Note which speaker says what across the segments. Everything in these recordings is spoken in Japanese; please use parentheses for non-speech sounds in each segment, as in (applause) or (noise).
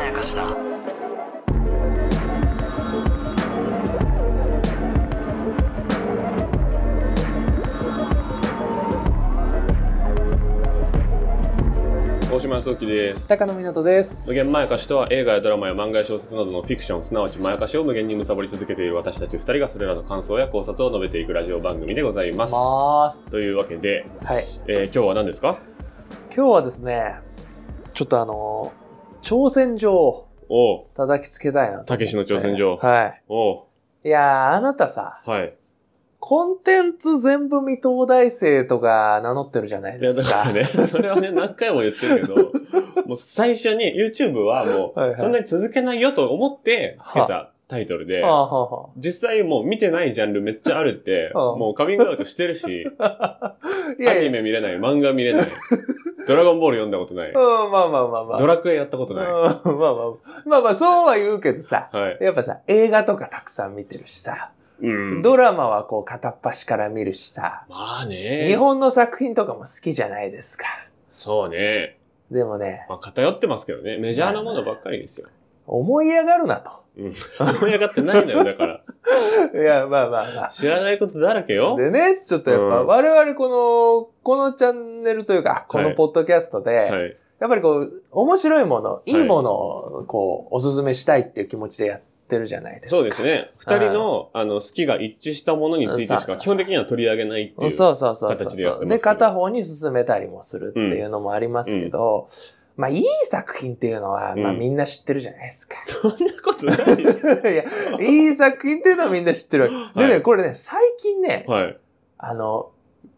Speaker 1: やかしだ
Speaker 2: 大島康之です
Speaker 3: 高野湊です
Speaker 2: 無限まやかしとは映画やドラマや漫画や小説などのフィクションすなわちまやかしを無限に貪り続けている私たち2人がそれらの感想や考察を述べていくラジオ番組でございます、
Speaker 3: ます
Speaker 2: というわけで、
Speaker 3: はい
Speaker 2: えー今日は何ですか
Speaker 3: 今日はですねちょっとあの挑戦状を
Speaker 2: おう
Speaker 3: 叩きつけたいなと
Speaker 2: たけしの挑戦状、
Speaker 3: は
Speaker 2: おう
Speaker 3: いいやーあなたさ
Speaker 2: はい
Speaker 3: コンテンツ全部未東大生とか名乗ってるじゃない
Speaker 2: い
Speaker 3: で
Speaker 2: や
Speaker 3: す
Speaker 2: だか
Speaker 3: から
Speaker 2: ね (laughs) それはね何回も言ってるけ
Speaker 3: (laughs)
Speaker 2: どもう最初に YouTube はも
Speaker 3: はいは
Speaker 2: う
Speaker 3: い
Speaker 2: そんなに続けないよと思ってつけたタイトルで、
Speaker 3: (laughs) ああはあは
Speaker 2: 実際もう見てないジャンルめっちゃあるって、
Speaker 3: はあ
Speaker 2: もうカミングアウトしてるし、
Speaker 3: あいや
Speaker 2: ア
Speaker 3: い
Speaker 2: ニ
Speaker 3: や
Speaker 2: メ見れない、漫画見れ
Speaker 3: (laughs)
Speaker 2: ない、ドラゴンボール読んだことない、
Speaker 3: うんまあまあまあまあ
Speaker 2: ドラクエやったこと
Speaker 3: うん
Speaker 2: ない。
Speaker 3: まあまあまあまあそうは言うけどさ
Speaker 2: はい。
Speaker 3: やっぱさ映画とかたくさん見てるしさ
Speaker 2: うん。
Speaker 3: ドラマはこう片っ端から見るしさ
Speaker 2: まあね。
Speaker 3: 日本の作品とかも好きじゃないですか
Speaker 2: そうね。
Speaker 3: でもね
Speaker 2: まあ偏ってますけどね。メジャーなものばっかりですよ。思
Speaker 3: 思い上がるなと。
Speaker 2: い上がってないのよ、だ
Speaker 3: (laughs)
Speaker 2: から。
Speaker 3: いや、まあまあま
Speaker 2: 知らないことだらけ
Speaker 3: あ。
Speaker 2: よ。
Speaker 3: でね、ちょっとやっぱ
Speaker 2: うん
Speaker 3: 我々この、このチャンネルというか、このポッドキャストで、
Speaker 2: はい。
Speaker 3: やっぱりこう、面白いもの、いいものをこう、おすすめしたいっていう気持ちでやってるじゃないですか。
Speaker 2: そうですね。二人の、あの、好きが一致したものについてし
Speaker 3: そうそうそ
Speaker 2: か
Speaker 3: う
Speaker 2: 基本的には取り上げないっていう。
Speaker 3: そうそうそうそう
Speaker 2: 形でやってますけど
Speaker 3: で、片方に進めたりもするっていうのもありますけど、まあ、いい作品っていうのは、まあ、
Speaker 2: うん
Speaker 3: みんな知ってるじゃない
Speaker 2: (laughs)
Speaker 3: ですか。
Speaker 2: そんなことない
Speaker 3: (laughs)
Speaker 2: よ。
Speaker 3: いや、いい作品っていうのはみんな知ってるわけ。で
Speaker 2: は
Speaker 3: ね、これね、最近ね、
Speaker 2: はい。
Speaker 3: あの、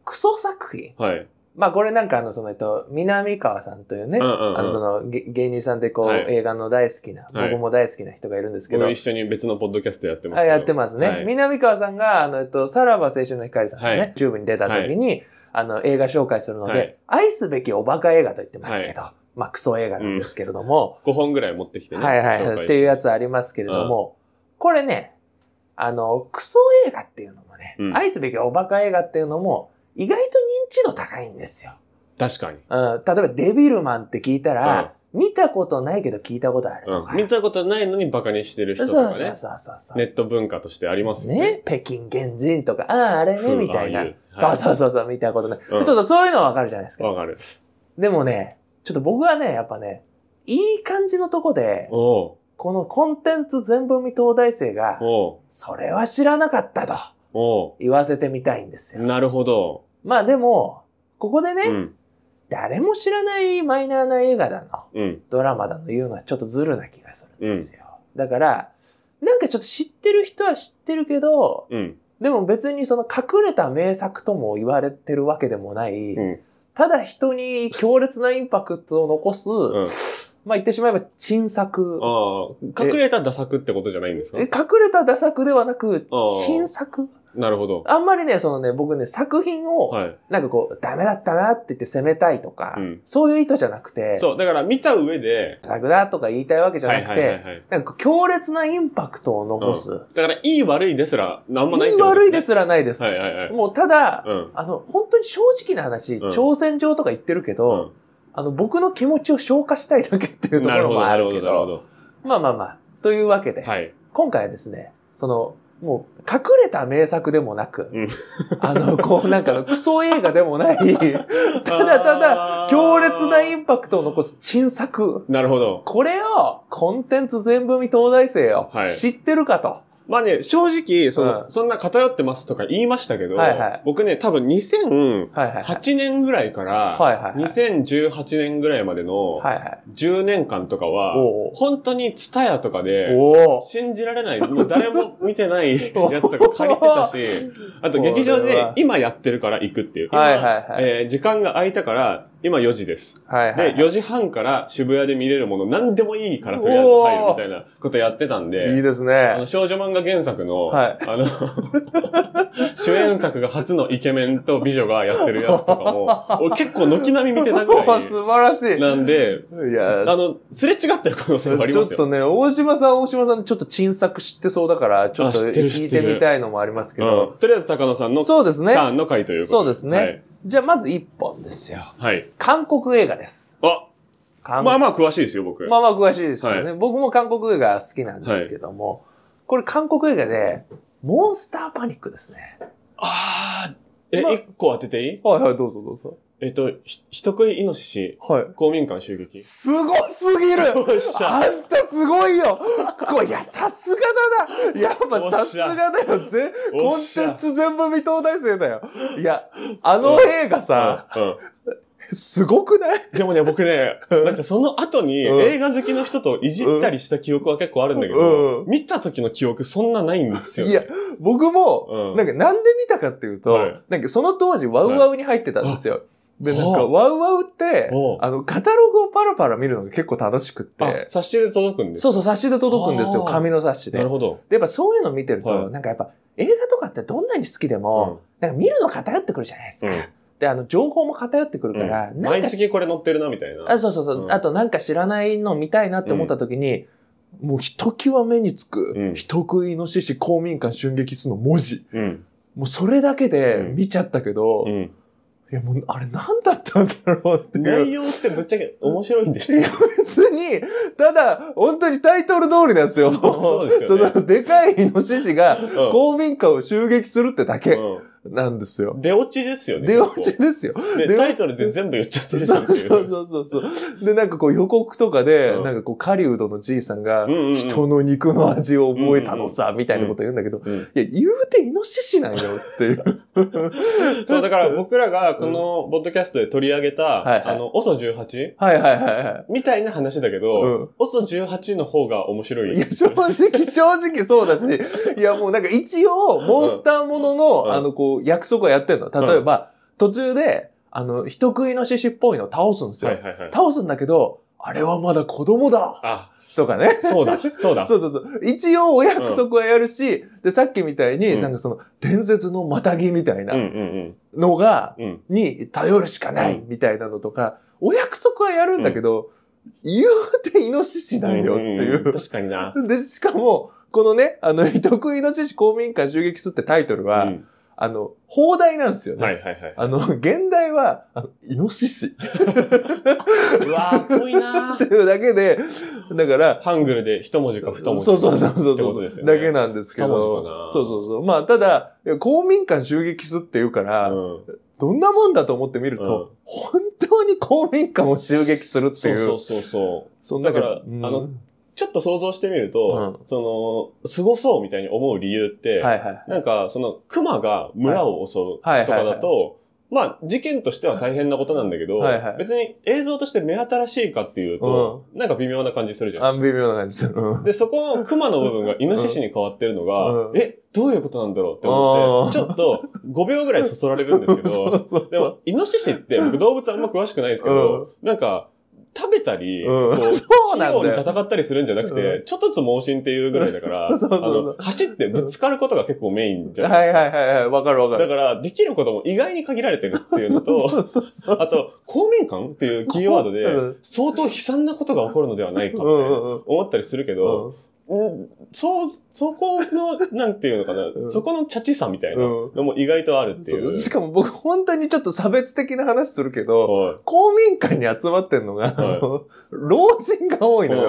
Speaker 3: クソ作品
Speaker 2: はい。
Speaker 3: まあこれなんかあの、その、えっと、南川さんというね、
Speaker 2: うんうんうん
Speaker 3: あの、その、げ芸人さんでこう、
Speaker 2: はい
Speaker 3: 映画の大好きな、
Speaker 2: はい
Speaker 3: 僕も大好きな人がいるんですけど、
Speaker 2: 僕一緒に別のポッドキャストやってます
Speaker 3: あ
Speaker 2: けど。
Speaker 3: やってますね。
Speaker 2: はい
Speaker 3: 南川さんが、あの、えっと、さらば青春の光さんがね、
Speaker 2: は
Speaker 3: YouTube に出た時に、あの、映画紹介するので、
Speaker 2: はい
Speaker 3: 愛すべきおバカ映画と言ってますけど、まあクソ映画なんですけれども、
Speaker 2: 5本ぐらい持ってきてね。
Speaker 3: はいはい
Speaker 2: 紹
Speaker 3: はい、
Speaker 2: 介し
Speaker 3: っ
Speaker 2: て
Speaker 3: いうや。つありますけれども、これね、あの、クソ映画っていうのもね、
Speaker 2: うん
Speaker 3: 愛すべきおバカ映画っていうのも、意外と認知度高いんですよ。
Speaker 2: 確かに。
Speaker 3: うん例えばデビルマンって聞いたら、見たことないけど聞いたことある
Speaker 2: う
Speaker 3: と
Speaker 2: ん
Speaker 3: か。
Speaker 2: うん。見たことないのにバカにしてる人
Speaker 3: そう
Speaker 2: とか
Speaker 3: そ
Speaker 2: ね。
Speaker 3: うそうそうそう。
Speaker 2: ネット文化としてありますよね。
Speaker 3: ね北京原人とか、ああ、あれ
Speaker 2: ふ
Speaker 3: ね、
Speaker 2: う
Speaker 3: みたい
Speaker 2: ああい
Speaker 3: な
Speaker 2: う。
Speaker 3: そ
Speaker 2: は
Speaker 3: う
Speaker 2: い
Speaker 3: そうそう、そう見たことない。
Speaker 2: うん
Speaker 3: そうそう、そういうのはわかるじゃないですか。
Speaker 2: わかる。
Speaker 3: でもね、ちょっと僕はね、やっぱね、いい感じのとこで、
Speaker 2: おう
Speaker 3: このコンテンツ全部未東大生が、
Speaker 2: おう
Speaker 3: それは知らなかったと
Speaker 2: お
Speaker 3: 言わせてみたいんです
Speaker 2: う
Speaker 3: よ。
Speaker 2: なるほど。
Speaker 3: まあでも、ここでね、
Speaker 2: うん。
Speaker 3: 誰も知らないマイナーな映画だの、
Speaker 2: うん。
Speaker 3: ドラマだの言うのはちょっとずるな気がするんですよ。だから、なんかちょっと知ってる人は知ってるけど、
Speaker 2: うん。
Speaker 3: でも別にその隠れた名作とも言われてるわけでもない、
Speaker 2: うん
Speaker 3: ただ人に強烈なインパクトを残す、
Speaker 2: うん。
Speaker 3: まあ言ってしまえば珍作。
Speaker 2: ああ、隠れた打作ってことじゃないんですか
Speaker 3: え隠れた打作ではなく
Speaker 2: あー、
Speaker 3: 新作
Speaker 2: なるほど。
Speaker 3: あんまりね、そのね、僕ね、作品を、
Speaker 2: はい。
Speaker 3: なんかこう、ダメだったなって言って責めたいとか、
Speaker 2: うん
Speaker 3: そういう意図じゃなくて、
Speaker 2: そう、だから見た上で、
Speaker 3: 作だとか言いたいわけじゃ
Speaker 2: は
Speaker 3: ないく
Speaker 2: はい
Speaker 3: て、
Speaker 2: はいはい。
Speaker 3: なんか強烈なインパクトを残す。
Speaker 2: だから、いい悪いですら、なんもないっ
Speaker 3: いい
Speaker 2: てこと
Speaker 3: 悪いですすらないです。
Speaker 2: ね。はいはいはい。
Speaker 3: もうただ、
Speaker 2: うん。
Speaker 3: あの、本当に正直な話、
Speaker 2: うん
Speaker 3: 挑戦状とか言ってるけど、あの、僕の気持ちを消化したいだけっていううんとこ
Speaker 2: なる
Speaker 3: ろ
Speaker 2: ほど、
Speaker 3: もあ
Speaker 2: なるほ
Speaker 3: る
Speaker 2: ど、
Speaker 3: けど、
Speaker 2: なるほど。
Speaker 3: まあまあまあ、というわけで、
Speaker 2: はい。
Speaker 3: 今回はですね、その、もう、隠れた名作でもなく、
Speaker 2: うん
Speaker 3: あの、こう、なんかの、クソ映画でも
Speaker 2: (laughs)
Speaker 3: ない、ただただ、
Speaker 2: だ
Speaker 3: 強烈なインパクトを残す珍作。
Speaker 2: なるほど。
Speaker 3: これを、コンテンツ全部見東大生よ、
Speaker 2: はい
Speaker 3: 知ってるかと。
Speaker 2: まあね、正直、その、
Speaker 3: うん
Speaker 2: そんな偏ってますとか言いましたけど、
Speaker 3: はいはい
Speaker 2: 僕ね、多分2008
Speaker 3: はいはいはい。
Speaker 2: 年ぐらいから、
Speaker 3: はいはいはい。
Speaker 2: 2018年ぐらいまでの
Speaker 3: はいはい。
Speaker 2: 10年間とかは、
Speaker 3: おうおう
Speaker 2: 本当にツタヤとかで、
Speaker 3: おお。
Speaker 2: 信じられない、もう誰も見て
Speaker 3: (laughs)
Speaker 2: ないやつとか借りてたし、あと劇場
Speaker 3: これ
Speaker 2: で
Speaker 3: は
Speaker 2: 今やってるから行くっていう。今
Speaker 3: はいはいはい
Speaker 2: えー時間が空いたから、今4時です。
Speaker 3: はいはい、はい
Speaker 2: で、。4時半から渋谷で見れるもの何でもいいからとりあえず入るみたいなことやってたんで、
Speaker 3: いいです
Speaker 2: あの
Speaker 3: ね。
Speaker 2: 少女漫画原作の、
Speaker 3: はい
Speaker 2: あの、 (laughs) 主演作が初のイケメンと美女がやってるやつとかも、俺結構軒並み見てたぐ
Speaker 3: (laughs) お
Speaker 2: ら
Speaker 3: ー
Speaker 2: い
Speaker 3: (laughs) 素晴らしい。
Speaker 2: なんで、
Speaker 3: いや、
Speaker 2: あの、すれ違ってる可能性もあり
Speaker 3: ち
Speaker 2: ま
Speaker 3: ょっ
Speaker 2: すよ。
Speaker 3: とね、大島さん、大島さん、ちょっと珍作知ってそうだから、ちょっと
Speaker 2: あ知ってる
Speaker 3: 聞いてみたいのもありますけ
Speaker 2: うん
Speaker 3: ど。
Speaker 2: とりあえず高野さんのタ
Speaker 3: そうですね。
Speaker 2: ーンの回ということ
Speaker 3: そうですねじゃあ、まず一本ですよ。
Speaker 2: はい。
Speaker 3: 韓国映画です。
Speaker 2: はい。あ
Speaker 3: 韓
Speaker 2: まあまあ詳しいですよ、僕。
Speaker 3: まあまあ詳しいですよね。
Speaker 2: は
Speaker 3: 僕も韓国映画好きなんですけども、これ韓国映画で、モンスターパニックですね。
Speaker 2: ああ、え、一、
Speaker 3: まあ
Speaker 2: 個当てていい
Speaker 3: はいはい、どうぞどうぞ。
Speaker 2: えっと、ひ人食いイノシシ、
Speaker 3: はい。
Speaker 2: 公民館襲撃。
Speaker 3: すごすぎる
Speaker 2: (laughs) よっしゃ
Speaker 3: あんたすごいよこいや、さすがだなやっ
Speaker 2: お
Speaker 3: ぱ
Speaker 2: っしゃ
Speaker 3: さすがだよぜ
Speaker 2: お
Speaker 3: コ
Speaker 2: っ
Speaker 3: ン
Speaker 2: し
Speaker 3: テ
Speaker 2: ゃ
Speaker 3: ンツ全部未東大生だよいや、あの映画さ、
Speaker 2: うん、
Speaker 3: すごくない
Speaker 2: うんでもね、僕ね、なんかその後に
Speaker 3: うん
Speaker 2: 映画好きの人といじったりした記憶は結構あるんだけ
Speaker 3: うん
Speaker 2: ど、
Speaker 3: うん
Speaker 2: 見た時の記憶そんなないんですよ、ね。
Speaker 3: いや、僕も、
Speaker 2: うん、
Speaker 3: なんかなんで見たかっていうと、
Speaker 2: はい
Speaker 3: なんかその当時ワウワウに入ってたんですよ。で、なんか
Speaker 2: は
Speaker 3: ワウワウって
Speaker 2: おう、
Speaker 3: あの、カタログをパラパラ見るのが結構楽しくって
Speaker 2: あ、、冊子で届くんです
Speaker 3: そうそう、冊子で届くんですよ。
Speaker 2: あー
Speaker 3: 紙の冊子で。
Speaker 2: なるほど。
Speaker 3: で、やっぱそういうの見てると、
Speaker 2: はい
Speaker 3: なんかやっぱ映画とかってどんなに好きでも、なんか見るの偏ってくるじゃないです
Speaker 2: うん
Speaker 3: か。で、あの、情報も偏ってくる
Speaker 2: う
Speaker 3: か
Speaker 2: ん
Speaker 3: ら、
Speaker 2: うん
Speaker 3: なん
Speaker 2: 毎
Speaker 3: か
Speaker 2: 月これ載ってるな、みたいな。
Speaker 3: あ、そうそうそう、
Speaker 2: うん
Speaker 3: あとなんか知らないの見たいなって思った時に、もうひときわ目につく、
Speaker 2: うん
Speaker 3: 人食いの獅子公民館襲撃すの文字。
Speaker 2: うん。
Speaker 3: もうそれだけで
Speaker 2: うん
Speaker 3: 見ちゃったけど、
Speaker 2: う
Speaker 3: い
Speaker 2: ん。
Speaker 3: やもうあれ何だったんだろうっていう。
Speaker 2: 内容ってぶっちゃけ面白いんでした
Speaker 3: いや別に、ただ、本当にタイトル通りなんですよ。
Speaker 2: そうですよね
Speaker 3: その、でかいイノシシが、
Speaker 2: うん
Speaker 3: 公民館を襲撃するってだけ
Speaker 2: う
Speaker 3: なんですよ。
Speaker 2: ん出落ちですよね。
Speaker 3: 出落ちですよ。
Speaker 2: 結構
Speaker 3: 出
Speaker 2: で、
Speaker 3: 落ち
Speaker 2: タイトルで全部言っちゃって
Speaker 3: そう
Speaker 2: るじ
Speaker 3: そ
Speaker 2: ゃんっ
Speaker 3: う
Speaker 2: て
Speaker 3: そう
Speaker 2: いう。
Speaker 3: そうそう。で、なんかこう予告とかで、
Speaker 2: うん
Speaker 3: なんかこう、狩人のじいさんが
Speaker 2: うん、うんうん
Speaker 3: 人の肉の味を覚えたのさ、みたいなこと言うんだけど、
Speaker 2: うん
Speaker 3: いや、言うてイノシシなんよっていう。
Speaker 2: そう、だから僕らがこのポッドキャストで取り上げた、
Speaker 3: はいはい
Speaker 2: あの、OSO18?
Speaker 3: はいはいはいはい。
Speaker 2: みたいな話だけど、OSO18 の方が面白い。
Speaker 3: いや、正直、正直そうだし、いや、もうなんか一応、モンスターものの、
Speaker 2: うん
Speaker 3: あの、こう、約束はやってんの。例えば、途中で、あの、人食いの獅子っぽいのを倒すんですよ。
Speaker 2: はいはいはい。
Speaker 3: 倒すんだけど、あれはまだ子供だ
Speaker 2: あ、
Speaker 3: とかね。
Speaker 2: そうだ、そうだ。
Speaker 3: そうそうそう。一応お約束はやるし、で、さっきみたいに、
Speaker 2: うん
Speaker 3: なんかその、伝説のまたぎみたい
Speaker 2: うん
Speaker 3: な
Speaker 2: うん
Speaker 3: のが、
Speaker 2: うん。うん。
Speaker 3: に頼るしかない
Speaker 2: うん
Speaker 3: みたいなのとか、お約束はやるんだけど、言うてイノシシなんよってい
Speaker 2: んんん
Speaker 3: う。
Speaker 2: 確かにな。
Speaker 3: (laughs) で、しかも、このね、あの、 (laughs) 人食いの獅子公民館襲撃すってタイトルは、
Speaker 2: うん
Speaker 3: あの、放題なんですよね。
Speaker 2: はいはい
Speaker 3: (laughs)
Speaker 2: はい。
Speaker 3: あの、現代は、あのイノシシ (laughs) っ
Speaker 2: うわー、ぽいな
Speaker 3: ていうだけで、だから、
Speaker 2: ハングルで一文字か二文字か
Speaker 3: そうそうそうそう
Speaker 2: ってこ
Speaker 3: そ
Speaker 2: と
Speaker 3: う、
Speaker 2: ですよね。
Speaker 3: だけなんですけ
Speaker 2: 二
Speaker 3: ど
Speaker 2: 文字か、な
Speaker 3: そうそうそう。まあ、ただ、いや公民館襲撃すっていうから、
Speaker 2: うん
Speaker 3: どんなもんだと思ってみると、本当に公民館を襲撃するって
Speaker 2: そ
Speaker 3: いうう。
Speaker 2: そうそうそう。
Speaker 3: そんな
Speaker 2: だからあのちょっと想像してみると、その、すごそうみたいに思う理由って、
Speaker 3: はいはい。
Speaker 2: なんか、その、熊が村を襲うと
Speaker 3: は
Speaker 2: か
Speaker 3: いはいはいはい
Speaker 2: だと、まあ、事件としては大変なことなんだけど、
Speaker 3: はいはい
Speaker 2: 別に映像として目新しいかっていうと、なんか微妙な感じするじゃない
Speaker 3: あ
Speaker 2: で
Speaker 3: ん
Speaker 2: すか。
Speaker 3: 微妙な感じする。
Speaker 2: (laughs)
Speaker 3: うん
Speaker 2: で、そこの熊の部分がイノシシに変わってるのが、
Speaker 3: うん
Speaker 2: え、どういうことなんだろうって思って、ち
Speaker 3: う
Speaker 2: ょっと5秒ぐらいそそられるんですけ
Speaker 3: (laughs) そ
Speaker 2: ど、
Speaker 3: うそう
Speaker 2: でも、イノシシって僕動物あんま詳しくないですけど、なんか、食べたり、
Speaker 3: うん
Speaker 2: こう、
Speaker 3: (laughs) そうなんだよ
Speaker 2: 器用に戦ったりするんじゃなくて、
Speaker 3: う
Speaker 2: ちょっとずつ盲信っていうぐらいだから、
Speaker 3: (laughs) そうそうそう
Speaker 2: あの、走ってぶつかることが結構メインじゃない
Speaker 3: は
Speaker 2: で
Speaker 3: い
Speaker 2: すか。
Speaker 3: はいはいはい。わかるわか
Speaker 2: だ
Speaker 3: る。
Speaker 2: から、できることも意外に限られてるっていうのと、
Speaker 3: (laughs) そうそうそう
Speaker 2: あと、公民館っていうキーワード
Speaker 3: う
Speaker 2: で
Speaker 3: ん、
Speaker 2: 相当悲惨なことが起こるのではないかって
Speaker 3: うんうんうん
Speaker 2: 思ったりするけど、うんそう、そこの、なんていうのか
Speaker 3: う
Speaker 2: な、
Speaker 3: ん
Speaker 2: そこのチャチさみたいな
Speaker 3: うん
Speaker 2: のも意外とあるって
Speaker 3: そ
Speaker 2: いう
Speaker 3: う。しかも僕本当にちょっと差別的な話するけど、
Speaker 2: はい
Speaker 3: 公民館に集まってんのが、あの老人が多いのよ。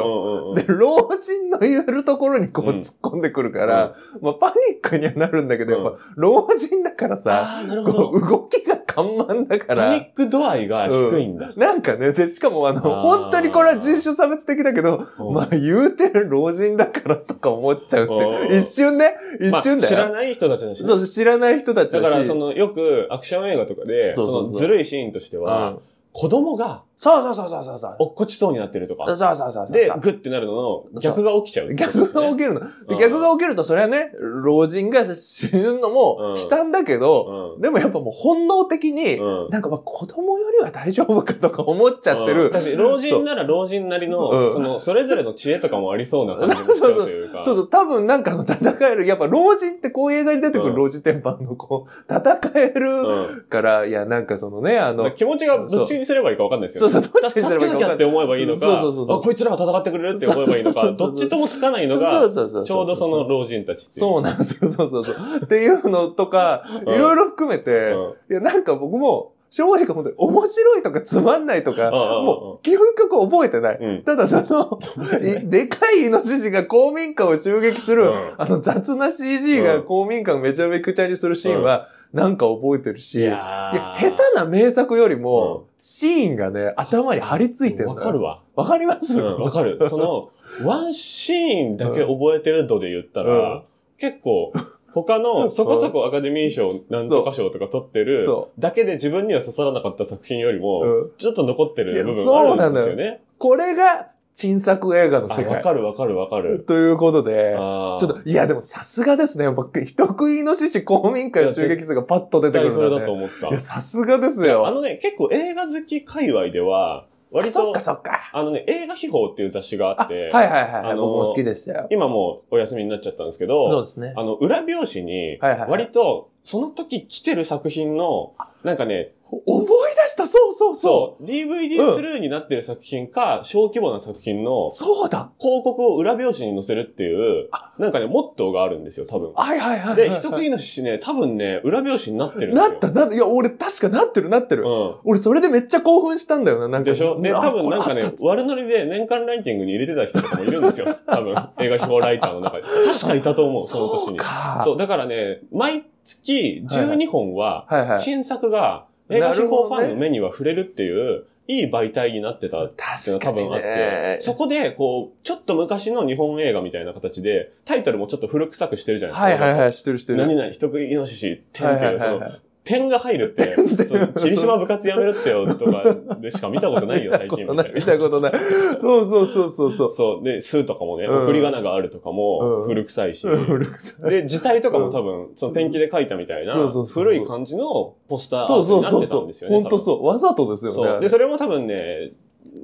Speaker 2: うんうんうん
Speaker 3: で、老人の言えるところにこう
Speaker 2: うん
Speaker 3: 突っ込んでくるから、まあパニックにはなるんだけど、
Speaker 2: うん
Speaker 3: やっぱ老人だからさ、
Speaker 2: ああ、なるほ
Speaker 3: こ
Speaker 2: ど。
Speaker 3: う動きが緩慢だか
Speaker 2: パニ
Speaker 3: ら
Speaker 2: ッ、ク度合いが低いんだ。
Speaker 3: なんかね、で、しかもあの、
Speaker 2: あー
Speaker 3: 本当にこれは人種差別的だけど、
Speaker 2: うん
Speaker 3: まあ言うてる老人だからとか思っちゃうっ
Speaker 2: うん
Speaker 3: て、一瞬ね、一
Speaker 2: まあ
Speaker 3: 瞬だ
Speaker 2: 知ら
Speaker 3: よ。
Speaker 2: ない人たちのし。
Speaker 3: そう、知らない人たちだ
Speaker 2: だ
Speaker 3: し。
Speaker 2: から、その、よくアクション映画とかで、
Speaker 3: そ
Speaker 2: そう
Speaker 3: そうそう
Speaker 2: のずるいシーンとして
Speaker 3: う
Speaker 2: は、
Speaker 3: ん
Speaker 2: 子供が
Speaker 3: そうそうそうそうそう。
Speaker 2: 落っこちそうになってるとか
Speaker 3: そう、そうそうそうそう。
Speaker 2: で、グッてなるのの逆が起きちゃうってことですね。
Speaker 3: 逆が起きるの。
Speaker 2: うん
Speaker 3: で逆が起きると、それはね、老人が死ぬのも
Speaker 2: うん
Speaker 3: 悲惨だけど、
Speaker 2: う
Speaker 3: でもやっぱもう本能的に、
Speaker 2: ん。うん。
Speaker 3: なんかまあ子供よりは大丈夫かとか思っちゃって
Speaker 2: う
Speaker 3: る
Speaker 2: ん。確かに老人なら老人なり
Speaker 3: う
Speaker 2: の、
Speaker 3: ん
Speaker 2: その、それぞれの知恵とかもありそうな感じもしちゃうというか。
Speaker 3: そうそう、多分なんかあの戦える、やっぱ老人ってこういう映画に出てく
Speaker 2: うん
Speaker 3: る老人ってやっぱあのこう、戦える
Speaker 2: うん
Speaker 3: から、いやなんかそのね、あ
Speaker 2: だから
Speaker 3: の、
Speaker 2: 気持ちがどっちにすればいいか分かんないですよね。
Speaker 3: そうそうどっちにすればいいか
Speaker 2: 助け
Speaker 3: 分か
Speaker 2: なんき
Speaker 3: な
Speaker 2: ゃ
Speaker 3: い
Speaker 2: って思えばいいのか、
Speaker 3: そうそうそうそう
Speaker 2: あ、こいつらが戦ってくれるって思えばいいのか、どっちともつかないの
Speaker 3: そう
Speaker 2: が、
Speaker 3: そうそうそう。
Speaker 2: ちょうどその老人たちっていう。
Speaker 3: そうなんですよ、そうそうそう。っていうのとか、い
Speaker 2: うん
Speaker 3: ろいろ含めて、
Speaker 2: うん
Speaker 3: いや、なんか僕も、正直本当に面白いとかつまんないと
Speaker 2: あ
Speaker 3: か、
Speaker 2: あああ
Speaker 3: もう、基本曲覚えてない。
Speaker 2: うん。
Speaker 3: ただその、い (laughs) でかいイノシシが公民館を襲撃する、
Speaker 2: うん
Speaker 3: あの雑な CG
Speaker 2: う
Speaker 3: が
Speaker 2: ん
Speaker 3: 公民館めちゃめちゃにするシーンは、なんか覚えてるし、いや
Speaker 2: や
Speaker 3: 下手な名作よりも、シーンがね、頭に張り付いてる
Speaker 2: わかるわ。
Speaker 3: わかります
Speaker 2: うん、 (laughs) わかる。
Speaker 3: (laughs)
Speaker 2: その、ワンシーンだけ覚えてる度で言ったら、
Speaker 3: うん
Speaker 2: 結構、他のそこそこアカデミー賞、なんとか賞とか取ってる
Speaker 3: そ、
Speaker 2: だけで自分には刺さらなかった作品よりも、
Speaker 3: うん
Speaker 2: ちょっと残ってる
Speaker 3: いや
Speaker 2: 部分があるんですよね。
Speaker 3: これが、新作映画の
Speaker 2: あ
Speaker 3: 世
Speaker 2: わ
Speaker 3: 界。
Speaker 2: かるわかるわかる。
Speaker 3: ということで、
Speaker 2: あー
Speaker 3: ちょっと、いやでもさすがですね。やっぱ人食いイノシシ公民館襲撃数がパッと出てく
Speaker 2: 絶対それ
Speaker 3: るん
Speaker 2: だ
Speaker 3: だ
Speaker 2: と
Speaker 3: ね。
Speaker 2: 思っ
Speaker 3: い
Speaker 2: た。
Speaker 3: や、さすがです
Speaker 2: あ
Speaker 3: よ。
Speaker 2: のね、結構映画好き界隈では、割
Speaker 3: そ
Speaker 2: と
Speaker 3: っか、そっか。
Speaker 2: あのね、映画秘宝っていう雑誌があ
Speaker 3: あ、
Speaker 2: っ
Speaker 3: は
Speaker 2: て、
Speaker 3: いはいはいはい。
Speaker 2: あのー
Speaker 3: 僕も好きでしたよ。
Speaker 2: 今もうお休みになっちゃったんですけ
Speaker 3: そう
Speaker 2: ど、
Speaker 3: ですね。
Speaker 2: あの、裏表紙に、
Speaker 3: はいはいはい
Speaker 2: 割と、その時来てる作品の、なんかね、
Speaker 3: 思い出したそうそうそ
Speaker 2: そう、DVD スルーになってる作品か、小規模な作品の
Speaker 3: う。、そうだ
Speaker 2: 広告を裏表紙に載せるっていう、なんかね、モットーがあるんですよ、多分。
Speaker 3: はいはいはいはい。
Speaker 2: で、人食いのしね、多分ね、裏表紙になってるんです
Speaker 3: な
Speaker 2: よ。
Speaker 3: ったなった。いや、俺確かなってるなってる。
Speaker 2: う
Speaker 3: 俺それでめっちゃ興奮したんだよな、なん
Speaker 2: ん。
Speaker 3: か。
Speaker 2: でしょで、
Speaker 3: うわ
Speaker 2: 多分なんかね
Speaker 3: これあったっ、つ
Speaker 2: 悪ノリで年間ランキングに入れてた人とかもいるん
Speaker 3: (laughs)
Speaker 2: ですよ。多分、映画秘宝ライターの中で。確かいたと思う、その
Speaker 3: そ
Speaker 2: 年
Speaker 3: う
Speaker 2: に。
Speaker 3: か。
Speaker 2: そう、だからね、毎月12本は、
Speaker 3: はいはい。
Speaker 2: 新作が映画秘宝フ
Speaker 3: なるほど
Speaker 2: ァン
Speaker 3: ね
Speaker 2: の目には触れるっていう、いい媒体になってたっていうのが
Speaker 3: 確か
Speaker 2: 多
Speaker 3: に
Speaker 2: 分あっ
Speaker 3: ね
Speaker 2: て、。そこで、こう、ちょっと昔の日本映画みたいな形で、タイトルもちょっと古臭くしてるじゃない
Speaker 3: は
Speaker 2: で
Speaker 3: い
Speaker 2: すか。
Speaker 3: はいはい、知ってる知ってる。
Speaker 2: 何々、人食いイノシシ、天
Speaker 3: は
Speaker 2: っ
Speaker 3: い
Speaker 2: て、
Speaker 3: はいいう
Speaker 2: そ
Speaker 3: はい
Speaker 2: の
Speaker 3: は、い。
Speaker 2: 点が入るって、
Speaker 3: (laughs) 点
Speaker 2: その霧島部活やめるってよとかでしか見たことないよ、最近
Speaker 3: (laughs) 見た
Speaker 2: み
Speaker 3: ことな
Speaker 2: た
Speaker 3: い
Speaker 2: い
Speaker 3: 見
Speaker 2: な。
Speaker 3: たことない。そうそうそうそうそう。
Speaker 2: そう。で、スーとかもね、
Speaker 3: うん
Speaker 2: 送り仮名があるとか
Speaker 3: うん
Speaker 2: も古臭いし。
Speaker 3: うるさい
Speaker 2: で、字体とかも多分、そのペンキで書いたみたいな
Speaker 3: そうそう、そう
Speaker 2: 古い感じのポスターアー
Speaker 3: そ
Speaker 2: ト
Speaker 3: うそ
Speaker 2: に
Speaker 3: う
Speaker 2: な
Speaker 3: そ
Speaker 2: っ
Speaker 3: う
Speaker 2: てたん
Speaker 3: そ
Speaker 2: です
Speaker 3: う。
Speaker 2: よね。
Speaker 3: 本当
Speaker 2: う。
Speaker 3: そう。わざとですよね。
Speaker 2: そう。で、それも多分ね、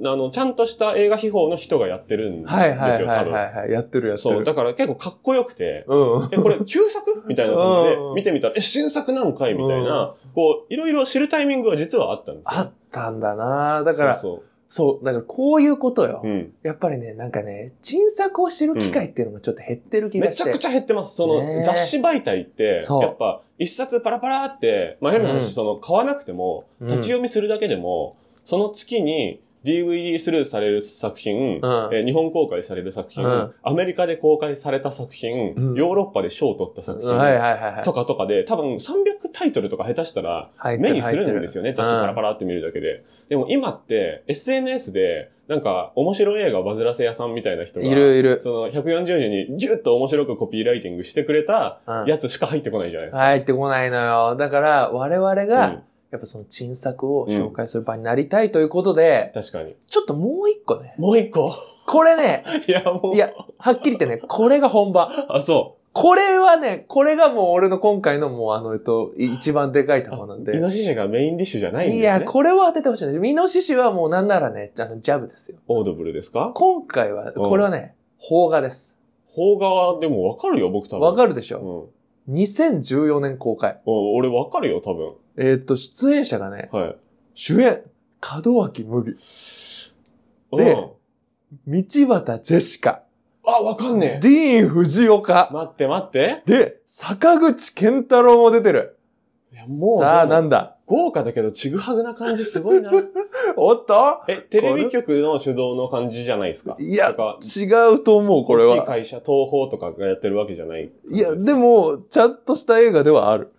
Speaker 2: あの、ちゃんとした映画秘宝の人がやってるんですよ、
Speaker 3: はいはいは
Speaker 2: 多
Speaker 3: いは
Speaker 2: 分。
Speaker 3: いはい。やってるやって
Speaker 2: そう。
Speaker 3: る。
Speaker 2: だから結構かっこよくて、
Speaker 3: うん。
Speaker 2: え、これ旧
Speaker 3: (laughs)
Speaker 2: 作みたいな感じで
Speaker 3: うん
Speaker 2: 見てみたら、え、新作なんかいみたいな、こう、いろいろ知るタイミングは実はあったんですよ。
Speaker 3: あったんだなだから、
Speaker 2: そう
Speaker 3: そう、だからこういうことよ
Speaker 2: そう。。うん。
Speaker 3: やっぱりね、なんかね、新作を知る機会っていうのがちょっと減ってる気
Speaker 2: め
Speaker 3: がし
Speaker 2: ち
Speaker 3: て。
Speaker 2: ゃくちゃ減ってます。そ
Speaker 3: ねえ
Speaker 2: の雑誌媒体って、
Speaker 3: そう
Speaker 2: やっぱ一冊パラパラって、まあ変な
Speaker 3: うん
Speaker 2: 話、その買わなくても、
Speaker 3: うん
Speaker 2: 立ち読みするだけでも、その月に DVD スルーされる作品、
Speaker 3: うん
Speaker 2: えー日本公開される作品、
Speaker 3: うん
Speaker 2: アメリカで公開された作品、
Speaker 3: うん
Speaker 2: ヨーロッパで賞を取った作品、
Speaker 3: はいはいはいはい。
Speaker 2: とかとかで、多分300タイトルとか下手したら
Speaker 3: 入って
Speaker 2: 目
Speaker 3: る
Speaker 2: にするんですよね、雑誌パラパ
Speaker 3: ラ。
Speaker 2: ラって見るだけで。でも今って、SNS で、なんか面白い映画バズらせ屋さんみたいな人
Speaker 3: うん
Speaker 2: が、
Speaker 3: いるいる。
Speaker 2: その140字にギュッと面白くコピーライティングしてくれた
Speaker 3: うん
Speaker 2: やつしか入ってこないじゃないですか。
Speaker 3: 入ってこないのよ。だから、我々
Speaker 2: う
Speaker 3: が
Speaker 2: ん、
Speaker 3: やっぱその新作を紹介する場になりたいということで、
Speaker 2: 確かに。
Speaker 3: ちょっともう一個ね。
Speaker 2: もう一個 (laughs)
Speaker 3: これね、
Speaker 2: いや、もう。
Speaker 3: いや、はっきり言ってね、これが本番。
Speaker 2: あ、そ
Speaker 3: これはね、これがもう俺の今回のもうあの、えっと、い一番でかい玉なん
Speaker 2: う。イ
Speaker 3: で。
Speaker 2: ノシシがメインディッシュじゃないんですね。
Speaker 3: いや、これは当ててほしいね。ミノシシはもうなんならね、あの、ジャブですよ。
Speaker 2: オードブルですか
Speaker 3: 今回は、これはね、邦画です。
Speaker 2: 邦画はでもわかるよ、僕多分。
Speaker 3: わか
Speaker 2: る。
Speaker 3: るでし
Speaker 2: うん
Speaker 3: ょ、。?2014 年公開。
Speaker 2: お俺わかるよ、多分。
Speaker 3: えっと、出演者がね、
Speaker 2: はい。
Speaker 3: 主演、門脇麦、で
Speaker 2: うん、
Speaker 3: 道端ジェシカ、
Speaker 2: あ、わかんねえ。
Speaker 3: ディーン・藤岡、
Speaker 2: 待って待って。
Speaker 3: で、坂口健太郎も出てる。
Speaker 2: いや、もう、
Speaker 3: さあ、な
Speaker 2: なん
Speaker 3: んだ
Speaker 2: 豪華だけど、ちぐはぐな感じすご (laughs) いな。
Speaker 3: おっと
Speaker 2: え、テレビ局の主導の感じじゃないですか。
Speaker 3: いや
Speaker 2: とか、
Speaker 3: 違うと思う、これ
Speaker 2: 大きい
Speaker 3: は。
Speaker 2: 会社、東宝とかがやってるわけじゃない。
Speaker 3: いや、でも、ちゃんとした映画ではある。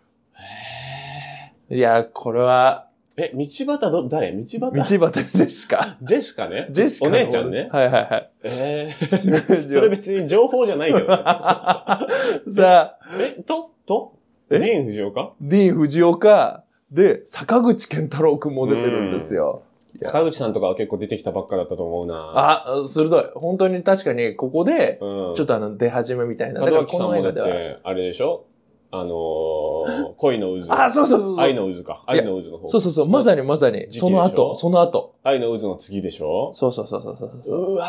Speaker 3: いや、これは、
Speaker 2: え、道端ど、誰道
Speaker 3: 道
Speaker 2: 端
Speaker 3: 端ジェシカ。
Speaker 2: ジェシカね。
Speaker 3: ジェシカの。
Speaker 2: お姉ちゃんね
Speaker 3: はいはいはい。
Speaker 2: えー、 (laughs) そ
Speaker 3: そ
Speaker 2: れ別に情報じゃ (laughs) ないけど、ね。
Speaker 3: さあ、
Speaker 2: え、と、と
Speaker 3: え
Speaker 2: ディーン・フジオカ
Speaker 3: ディーン・藤岡で、坂口健太郎くんも出てるんですよ。いや
Speaker 2: 坂口さんとかは結構出てきたばっかだったと思うな。あ、
Speaker 3: あ、鋭い。本当に確かに、ここで、
Speaker 2: うん。
Speaker 3: ちょっとあの、出始めみたいな。
Speaker 2: 門
Speaker 3: だから
Speaker 2: 脇
Speaker 3: こ
Speaker 2: さん
Speaker 3: の映
Speaker 2: もだ
Speaker 3: 画
Speaker 2: っ
Speaker 3: では。
Speaker 2: て、あれでしょあの
Speaker 3: (laughs)
Speaker 2: ー、恋の渦。
Speaker 3: あ、そうそうそうそ
Speaker 2: 愛
Speaker 3: う。
Speaker 2: の渦か。
Speaker 3: いや
Speaker 2: 愛の渦の方。
Speaker 3: そうそうそう。まさにまさに、
Speaker 2: 時期でしょ
Speaker 3: その後、その後。
Speaker 2: 愛の渦の次でしょ
Speaker 3: そうそうそうそうそうそう。
Speaker 2: うわ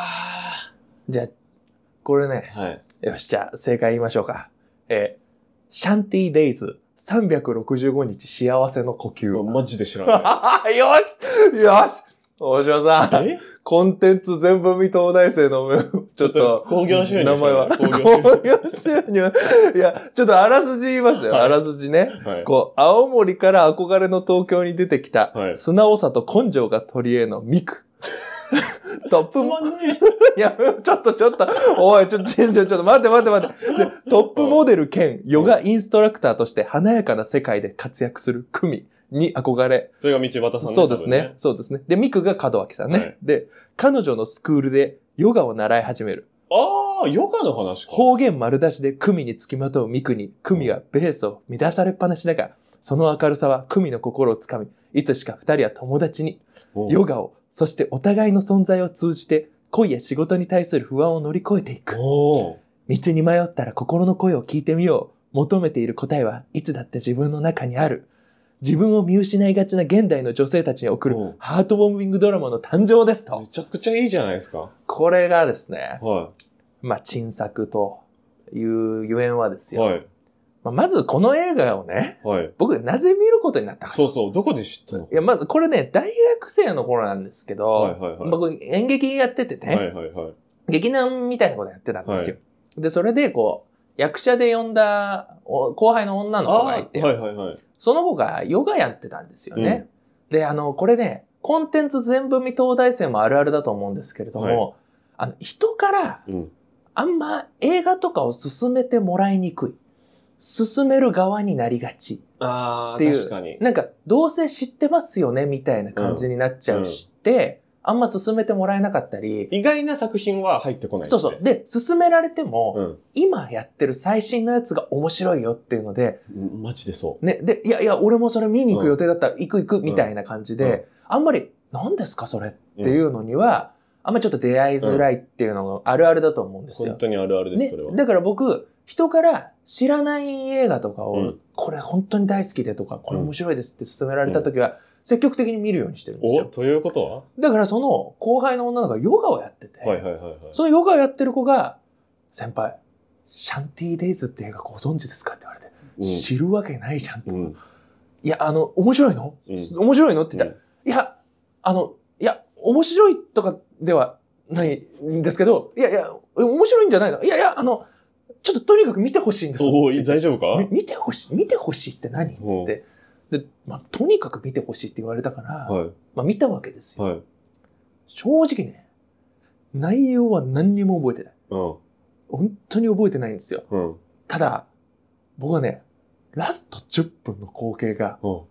Speaker 3: じゃあ、これね、
Speaker 2: ーはい。
Speaker 3: よし、じゃあ、正解言いましょうか。えーシャンティーデイズ、365
Speaker 2: (laughs)
Speaker 3: 日幸せの呼吸。
Speaker 2: うわマジで知ら
Speaker 3: よしよし大城さん、 (laughs)
Speaker 2: ない。え
Speaker 3: コンテンツ全部未東大生の、ちょっと、
Speaker 2: 興行収入
Speaker 3: 名前は。
Speaker 2: 興
Speaker 3: 興
Speaker 2: 行収入
Speaker 3: 行収入。いや、ちょっとあらすじ言いますよ。
Speaker 2: はい
Speaker 3: あらすじね。
Speaker 2: はい。
Speaker 3: こう、青森から憧れの東京に出てきた、
Speaker 2: はい
Speaker 3: 素直さと根性が取り柄の
Speaker 2: (laughs)
Speaker 3: ミク。トップモ、いや、ちょっとちょっと、おい、ちょ、ちょ、ちょ、ちょっと待って待って待って。でトップモデル兼ヨガインストラクターとして華やかな世界で活躍するクミに憧れ、
Speaker 2: それが道端さん
Speaker 3: そうですね。。そうですね。で、ミクが門脇さんね。
Speaker 2: はい
Speaker 3: で、彼女のスクールでヨガを習い始める。
Speaker 2: 多分ねああ、ヨガの話か。
Speaker 3: 方言丸出しでクミにつきまとうミクに、クミはベースを乱されっぱなしだが、その明るさはクミの心をつかみ、いつしか二人は友達に、
Speaker 2: うん
Speaker 3: ヨガを、そしてお互いの存在を通じて、恋や仕事に対する不安を乗り越えていく。
Speaker 2: おー
Speaker 3: 道に迷ったら心の声を聞いてみよう。求めている答えはいつだって自分の中にある。自分を見失いがちな現代の女性たちに送る
Speaker 2: うん
Speaker 3: ハートウォーミングドラマの誕生ですと
Speaker 2: め。ちゃくちゃいいじゃないですか。
Speaker 3: これがですね、
Speaker 2: は
Speaker 3: まあ、沈作というゆえんはです
Speaker 2: い。
Speaker 3: よ。
Speaker 2: はい。
Speaker 3: まあ、まずこの映画をね、
Speaker 2: はい。
Speaker 3: 僕なぜ見ることになったか。
Speaker 2: そうそう。どこで知ったの
Speaker 3: いや、まずこれね、大学生の頃なんですけど、
Speaker 2: はいはいはい
Speaker 3: 僕演劇やっててね、
Speaker 2: はいはいはい。
Speaker 3: 劇団みたいなことやってたんですよ。で、それでこう、役者で呼んだお後輩の女の子がいて、
Speaker 2: ーはいはいはい。
Speaker 3: その子がヨガやってたんですよね。で、あの、これね、コンテンツ全部未東大生もあるあるだと思うんですけれども、あの、人から
Speaker 2: うん。
Speaker 3: あんま映画とかを勧めてもらいにくい。勧める側になりがち。
Speaker 2: ああ、
Speaker 3: っていう
Speaker 2: 確かに。
Speaker 3: なんか、どうせ知ってますよねみたいな感じになっちゃうし、で、あんま勧めてもらえなかったり、
Speaker 2: 意外な作品は入ってこないです
Speaker 3: そ
Speaker 2: ね。
Speaker 3: うそう。で、勧められても、
Speaker 2: うん。
Speaker 3: 今やってる最新のやつが面白いよっていうので、
Speaker 2: うん。マジでそう。
Speaker 3: ね、で、いやいや、俺もそれ見に行く予定だったら行く行くみたいな感じで、
Speaker 2: うん
Speaker 3: あんまり、何ですかそれって
Speaker 2: うん
Speaker 3: いうのには、あんまりちょっと出会いづらいっていうのがあるあるだと思うんですよ
Speaker 2: 本。当にあるあるです、
Speaker 3: ね
Speaker 2: それは。、
Speaker 3: だから僕、人から知らない映画とかを、
Speaker 2: うん
Speaker 3: これ本当に大好きでとか、これ面白いですって勧められた時は、積極的に見るようにしてるんです
Speaker 2: お
Speaker 3: よ。
Speaker 2: ということは
Speaker 3: だからその後輩の女の子がヨガをやってて、
Speaker 2: はいはいはいはい。
Speaker 3: そのヨガをやってる子が、先輩、シャンティーデイズって映画ご存知ですかって言われて、知るわけないじゃんと。
Speaker 2: うん。
Speaker 3: いや、あの、面白いの、
Speaker 2: うん
Speaker 3: 面白いのって言ったら、いや、あの、いや、面白いとかではないんですけど、いやいや、面白いんじゃないのいやいや、あの、ちょっととにかく見てほしいんです。
Speaker 2: おー大丈夫か
Speaker 3: み見てほしい、見てほしいって何っつって。で、まあ、とにかく見てほしいって言われたから、
Speaker 2: は
Speaker 3: まあ、見たわけです
Speaker 2: い。
Speaker 3: よ。
Speaker 2: はい。
Speaker 3: 正直ね、内容は何にも覚えてない。
Speaker 2: うん。
Speaker 3: 本当に覚えてないんですよ。
Speaker 2: うん。
Speaker 3: ただ、僕はね、ラスト10分の光景が、
Speaker 2: うん。
Speaker 3: も